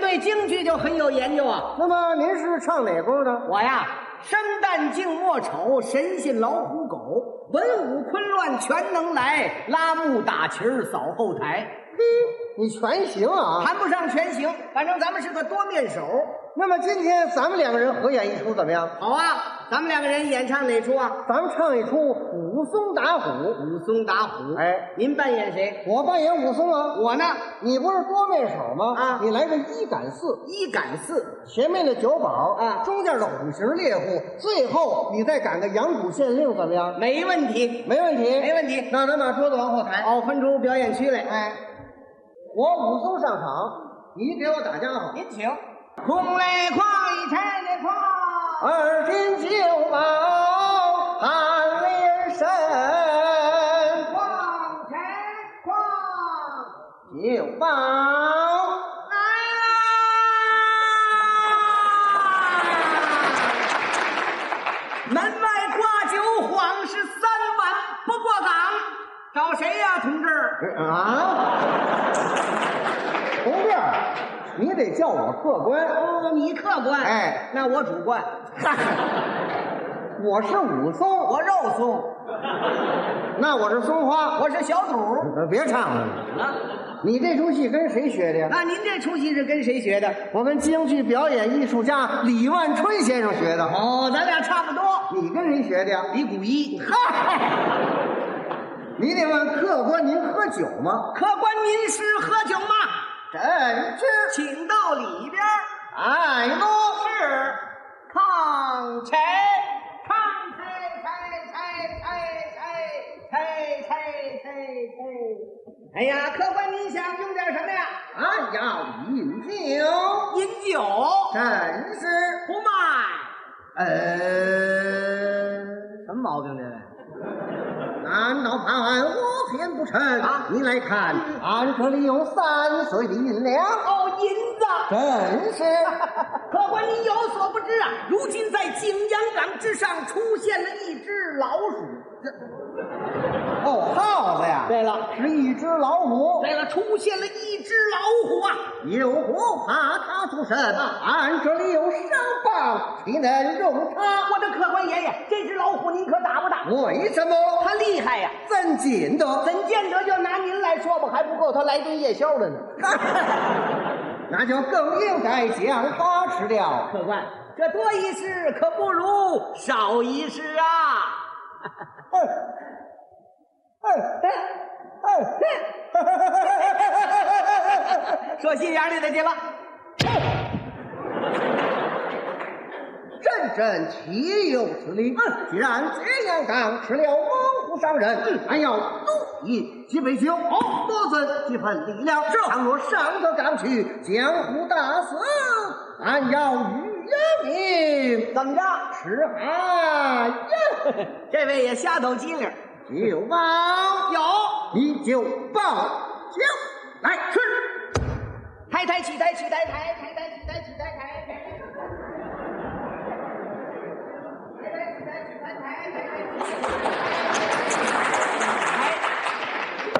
对京剧就很有研究啊。那么您是唱哪部的？我呀，生旦净末丑，神仙老虎狗，文武昆乱全能来，拉幕打旗儿扫后台，嘿，你全行啊！谈不上全行，反正咱们是个多面手。那么今天咱们两个人合演一出怎么样？好啊，咱们两个人演唱哪出啊？咱们唱一出武松打虎。武松打虎。哎，您扮演谁？我扮演武松啊，我呢，你不是多面手吗？啊你来个一赶四，一赶四。前面的九宝啊中间的虎形猎户，最后你再赶个阳谷县令，怎么样？没问题，没问题，没问题。那咱把桌子往后抬。哦，分出表演区来。哎，我武松上场，你给我打家伙。您请。空来矿一拆来矿，二斤九毛喊了一声哎矿拆矿九宝。来啦！门外挂酒晃是三碗不过岗，找谁呀、同志？啊，红辫儿，你得叫我客官。哦，你客官，哎，那我主观， 我是武松，我肉松，那我是松花。我是小肚我别唱了，啊。你这出戏跟谁学的呀？那您这出戏是跟谁学的？我跟京剧表演艺术家李万春先生学的。哦，咱俩差不多。你跟谁学的呀？李谷一，嗨，你得问客官，您喝酒吗？客官您是喝酒吗？朕知请到里边儿。爱都是抗拆，抗拆拆拆拆拆拆拆拆拆。哎呀，客官，您想用点什么呀？啊，要饮酒，饮酒朕是不卖。呃，什么毛病这位？俺倒盼我偏不成啊你来看，俺这里有三岁的银两，哦，银子。真是。客官，您有所不知啊，如今在景阳冈之上出现了一只老鼠。哦，耗子呀，了，是一只老虎。对了，出现了一只老虎啊！有虎怕它出身，俺这里有伤棒，岂能容它？我的客官爷爷，这只老虎您可打不打？为什么？它厉害呀、怎紧的？怎见得就拿您来说吧，还不够他来顿夜宵的呢。那就更应该将它吃掉。客官，这多一事可不如少一事啊！哎哎哎哎！说心眼里的去了。阵阵岂有此理！既然这样刚吃了猛虎伤人，俺要多饮几杯酒，多存几分力量。倘若上得岗去，江湖大死，俺要与人命怎么着？吃海呀！ 这位也瞎抖机灵。酒包，有，你就报酒来吃。抬抬起抬起抬抬抬抬起抬起抬抬。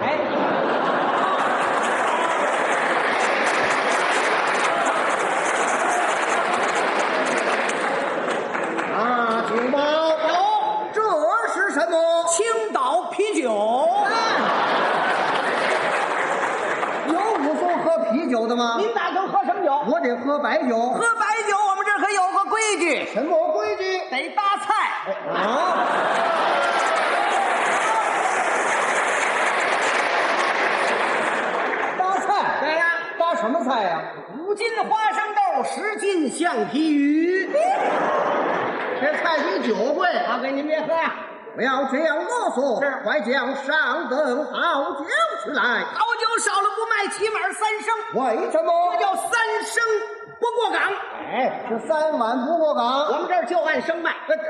哎，啊，酒包，有这是什么？青岛啤酒， 有武松喝啤酒的吗？您打算喝什么酒？我得喝白酒。喝白酒，我们这儿可有个规矩，什么规矩？得搭菜。啊！搭菜，对呀搭什么菜呀、五斤花生豆，十斤橡皮鱼。这菜比酒贵，大哥，您别喝啊呀、不要这样啰嗦，快将上等好酒去来。好酒少了不卖，起码三升，为什么这叫三升不过岗。哎，这三碗不过 我岗。们这儿就按升卖。哎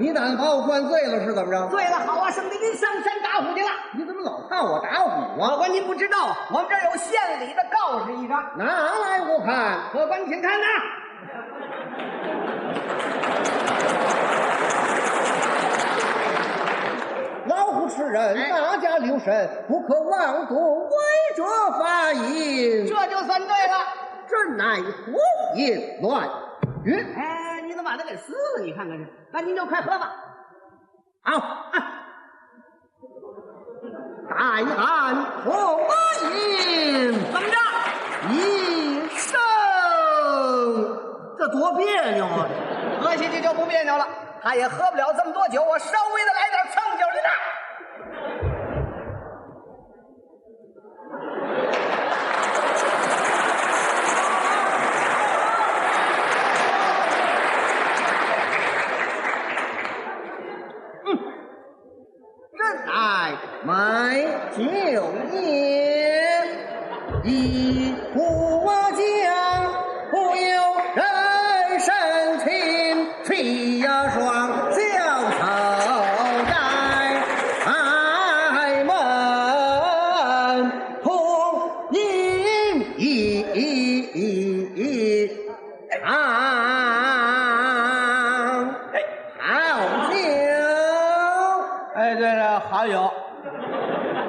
你打算把我灌醉了是怎么着？对了，好啊，兄弟，您上山打虎去了。你怎么老看我打虎客啊？官，您不知道啊，我们这儿有县里的告示一张。拿来我看。客官，请看呐、老虎是人，大家留神，不可妄动违者法矣。这就算对了。这乃胡言乱语。哎，你怎么把它给撕了？你看看这，那您就快喝吧。好，啊大汉何言？怎么着？一生，这多别扭啊！喝下去就不别扭了。他也喝不了这么多酒，我稍微的来点蹭酒的呢。这乃买酒也，一壶我将不由人生情，吹呀双小头戴，开门红饮一尝好酒。哎，对了，好酒。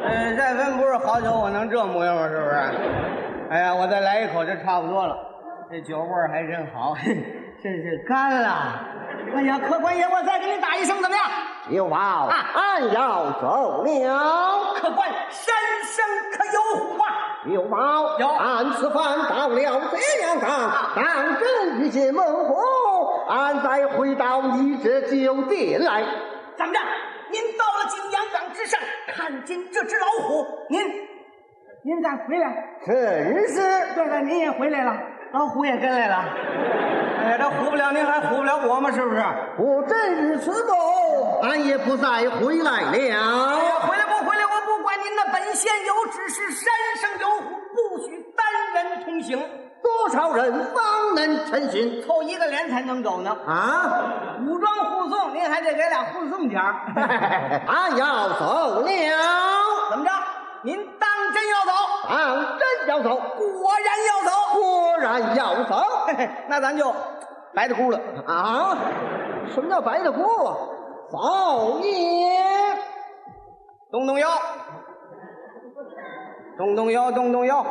嗯，再分不是好酒，我能这模样吗？是不是？哎呀，我再来一口就差不多了。这酒味儿还真好，真是干了。哎呀，客官爷，我再给你打一声怎么样？有宝，啊俺要走了。客官，山上可有虎啊？有宝，有啊俺此番到了这样岗，当真遇见猛虎，俺再回到你这酒店来。怎么着？您到了景阳岗之上，看见这只老虎，您，您再回来。真是，对了，您也回来了，老虎也跟来了。哎呀，这唬不了您，还唬不了我吗？是不是？哎不真如此不，俺也不再回来哎呀，了。回来不回来，我不管您的。本县有指示，山上有虎，不许单人通行，多少人方能成行凑一个连才能走呢。啊？ 武装护送，您还得给俩护送钱儿 俺要走了，怎么着？您当真要走？俺真要走，果然要走？果然要走。嘿嘿， 那咱就白的咕了。啊？什么叫白的锅啊？造孽！动动腰，动动腰，动动腰。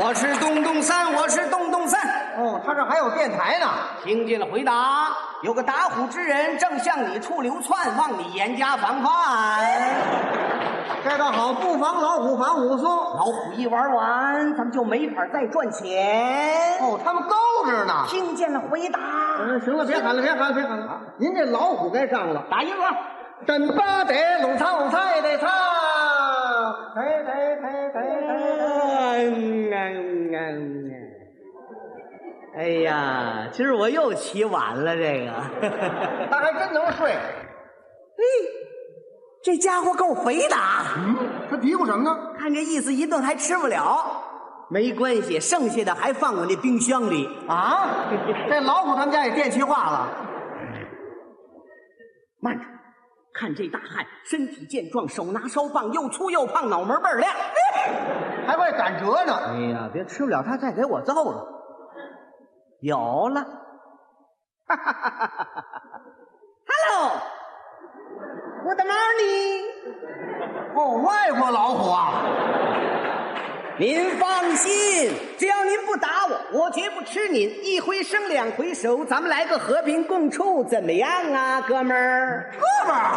我是东东三，我是东东三。哦，他这还有电台呢。听见了回答，有个打虎之人正向你处流窜，望你严加防范。这倒好，不防老虎，防虎松。老虎一玩完，咱们就没法再赚钱。哦，他们高着呢。听见了回答，嗯，行了，别喊了，别喊了，别喊了。您这老虎该上了。打一个。真巴得拢唱拢菜得唱，得得得得得。嗯哎呀，今儿我又起晚了，这个。他还真能睡。嘿，这家伙够肥的啊！嗯，他嘀咕什么呢？看这意思，一顿还吃不了。没关系，剩下的还放我那冰箱里。啊，这老虎他们家也电气化了。哎慢着，看这大汉，身体健壮，手拿烧棒，又粗又胖，脑门倍儿亮。还怪赶折呢，哎呀，别吃不了他，再给我揍了。有 了，哈哈哈哈哈哈！Hello，Good morning。哦，外国老虎啊！您放心，只要您不打我，我绝不吃您。一回生，两回熟，咱们来个和平共处，怎么样啊，哥们儿？哥们儿，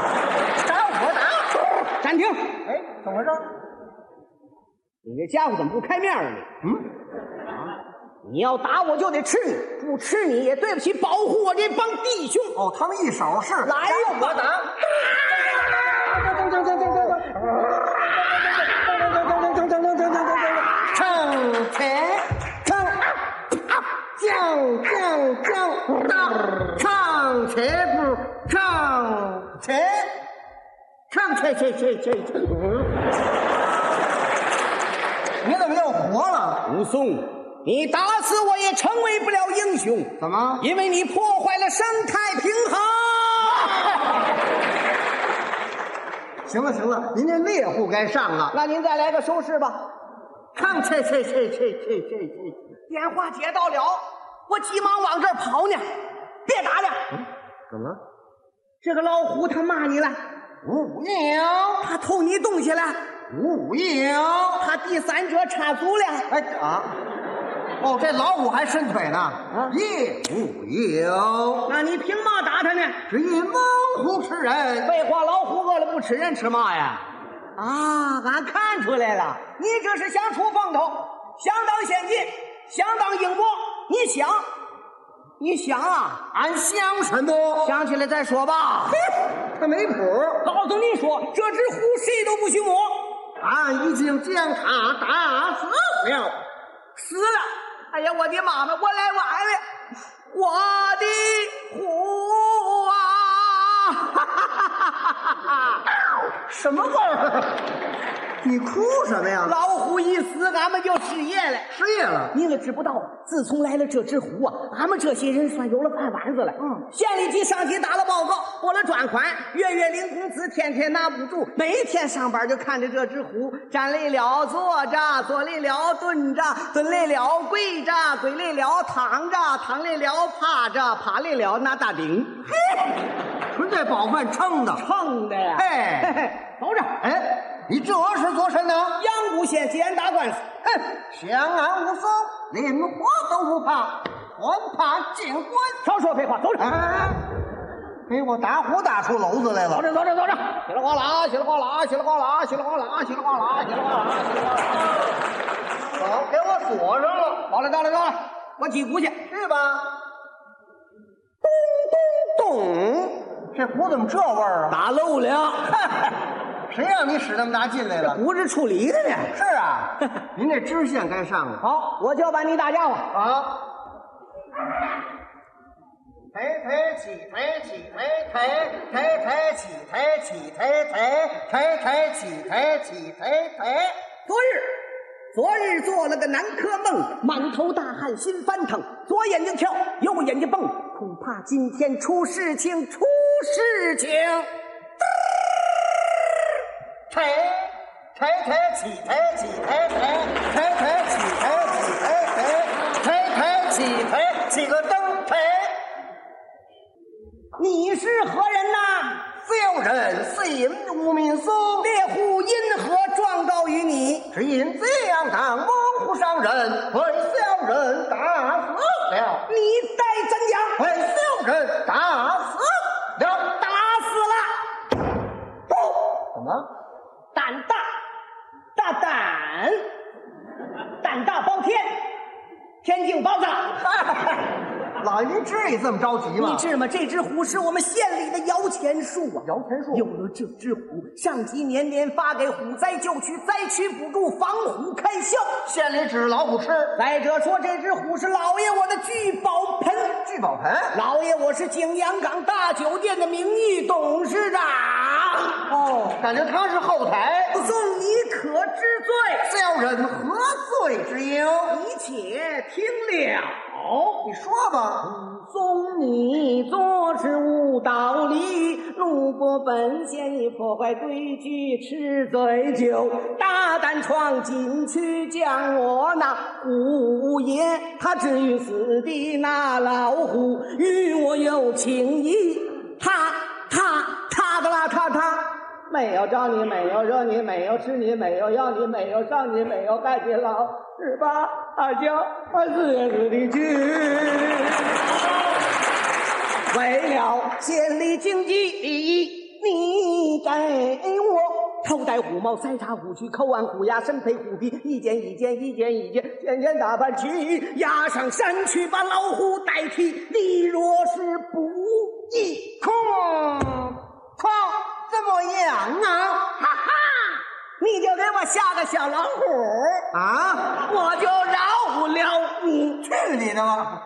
打我打！暂停，哎，怎么回事？你这家伙怎么不开面啊嗯，你？你要打我就得吃你，不吃你也对不起保护我这帮弟兄。哦，他们一手是来吧，打！噔噔噔噔噔噔噔噔噔噔噔噔噔噔噔噔噔噔噔噔噔噔，唱起唱将将将当，唱起不唱起，唱起起起起起。你怎么又活了？武松，你打死我也成为不了英雄，怎么？因为你破坏了生态平衡。行了行了，您这猎户该上了。那您再来个收拾吧。唱这这这这这这这，电话接到了，我急忙往这儿跑呢，别打了，怎么了？这个老虎他骂你了，五五鸟，他偷你东西了，五五鸟。他第三者插足了。哎啊，哦，这老虎还伸腿呢。啊，一五有，那你凭嘛打他呢？只因猛虎吃人。废话，老虎饿了不吃人吃嘛呀？啊，俺看出来了，你这是想出风头，想当先进，想当英国，你想，你想啊？俺想什么？想起来再说吧。他没谱。告诉你说，这只虎谁都不许摸，俺已经将他啊打死了。死了！哎呀，我的妈妈，我来晚了，我的虎啊！ 哈哈哈哈哈哈！什么味儿？你哭什么呀？老虎一死，俺们就失业了。失业了。你可知不道，自从来了这只虎啊，俺们这些人算有了饭碗子了。嗯，县里级上级打了报告，拨了专款，月月领工资，天天拿补助，每天上班就看着这只虎，站累了坐着，坐累了蹲着，蹲累了跪着，跪累了躺着，躺累了趴着，趴累了拿大饼，纯粹饱饭撑的。撑的呀！哎嘿嘿，走着。哎，你这是做甚呢？阳谷县既然打官司，哼，相安无风，连火都不怕，还怕进官？少说废话，走着。哎，给哎我打虎打出篓子来走了。着走着走着，稀里哗啦，稀里哗啦，稀里哗啦，稀里哗啦，稀里哗啦，稀里哗啦，稀里哗啦。好，给我锁上了。到了到了到了，我击鼓去。去吧。咚，这虎怎么这味儿啊？打漏了，谁让你使那么大劲来了？鼓是处理的呢。是 啊，您这知县该上了。好，我就要把你打家伙。好。抬抬起抬起抬抬抬抬起抬起抬抬抬抬起抬起抬抬。昨日，昨日做了个南柯梦，满头大汗，心翻腾，左眼睛跳，右眼睛蹦，恐怕今天出事情，出事情。抬抬抬起抬起抬抬抬抬起抬起抬抬抬抬起抬起个灯台。你是何人呐？小人心无民松，猎户因何状告于你？只因这样当猛虎伤人，为小人打啊死了。哦你待怎啊讲？为小人打死了，打死了！怎么？胆大，大胆，胆大包天，天津包子。老爷，您至于这么着急你知吗？这只虎是我们县里的摇钱树啊！摇钱树有了这只虎，上级年年发给虎灾救区灾区补助，防虎开销。县里指着老虎吃再者说，这只虎是老爷我的聚宝盆。聚宝盆。老爷，我是景阳冈大酒店的名誉董事长。哦，感觉他是后台，送你可知罪？小人何罪之有？你且听了。哦你说吧。纵你做事无道理，怒拨本县，你破坏规矩，吃醉酒，大胆闯进去，将我那五爷他置于死地，那老虎与我有情谊，他他他的啦，他他。没有招你，没有惹你，没有吃你，没有要你，没有上你，没有盖你牢，十八二九二四月四的去。为了县里经济利益，你给我头戴虎帽，腮插虎须，口按虎牙，身披虎皮，一件一件，一件一件，件件打扮去，押上山去，把老虎代替。你若是不义，空空怎么样啊？哈哈，你就给我下个小老虎，啊，我就饶不了你。去你的吧！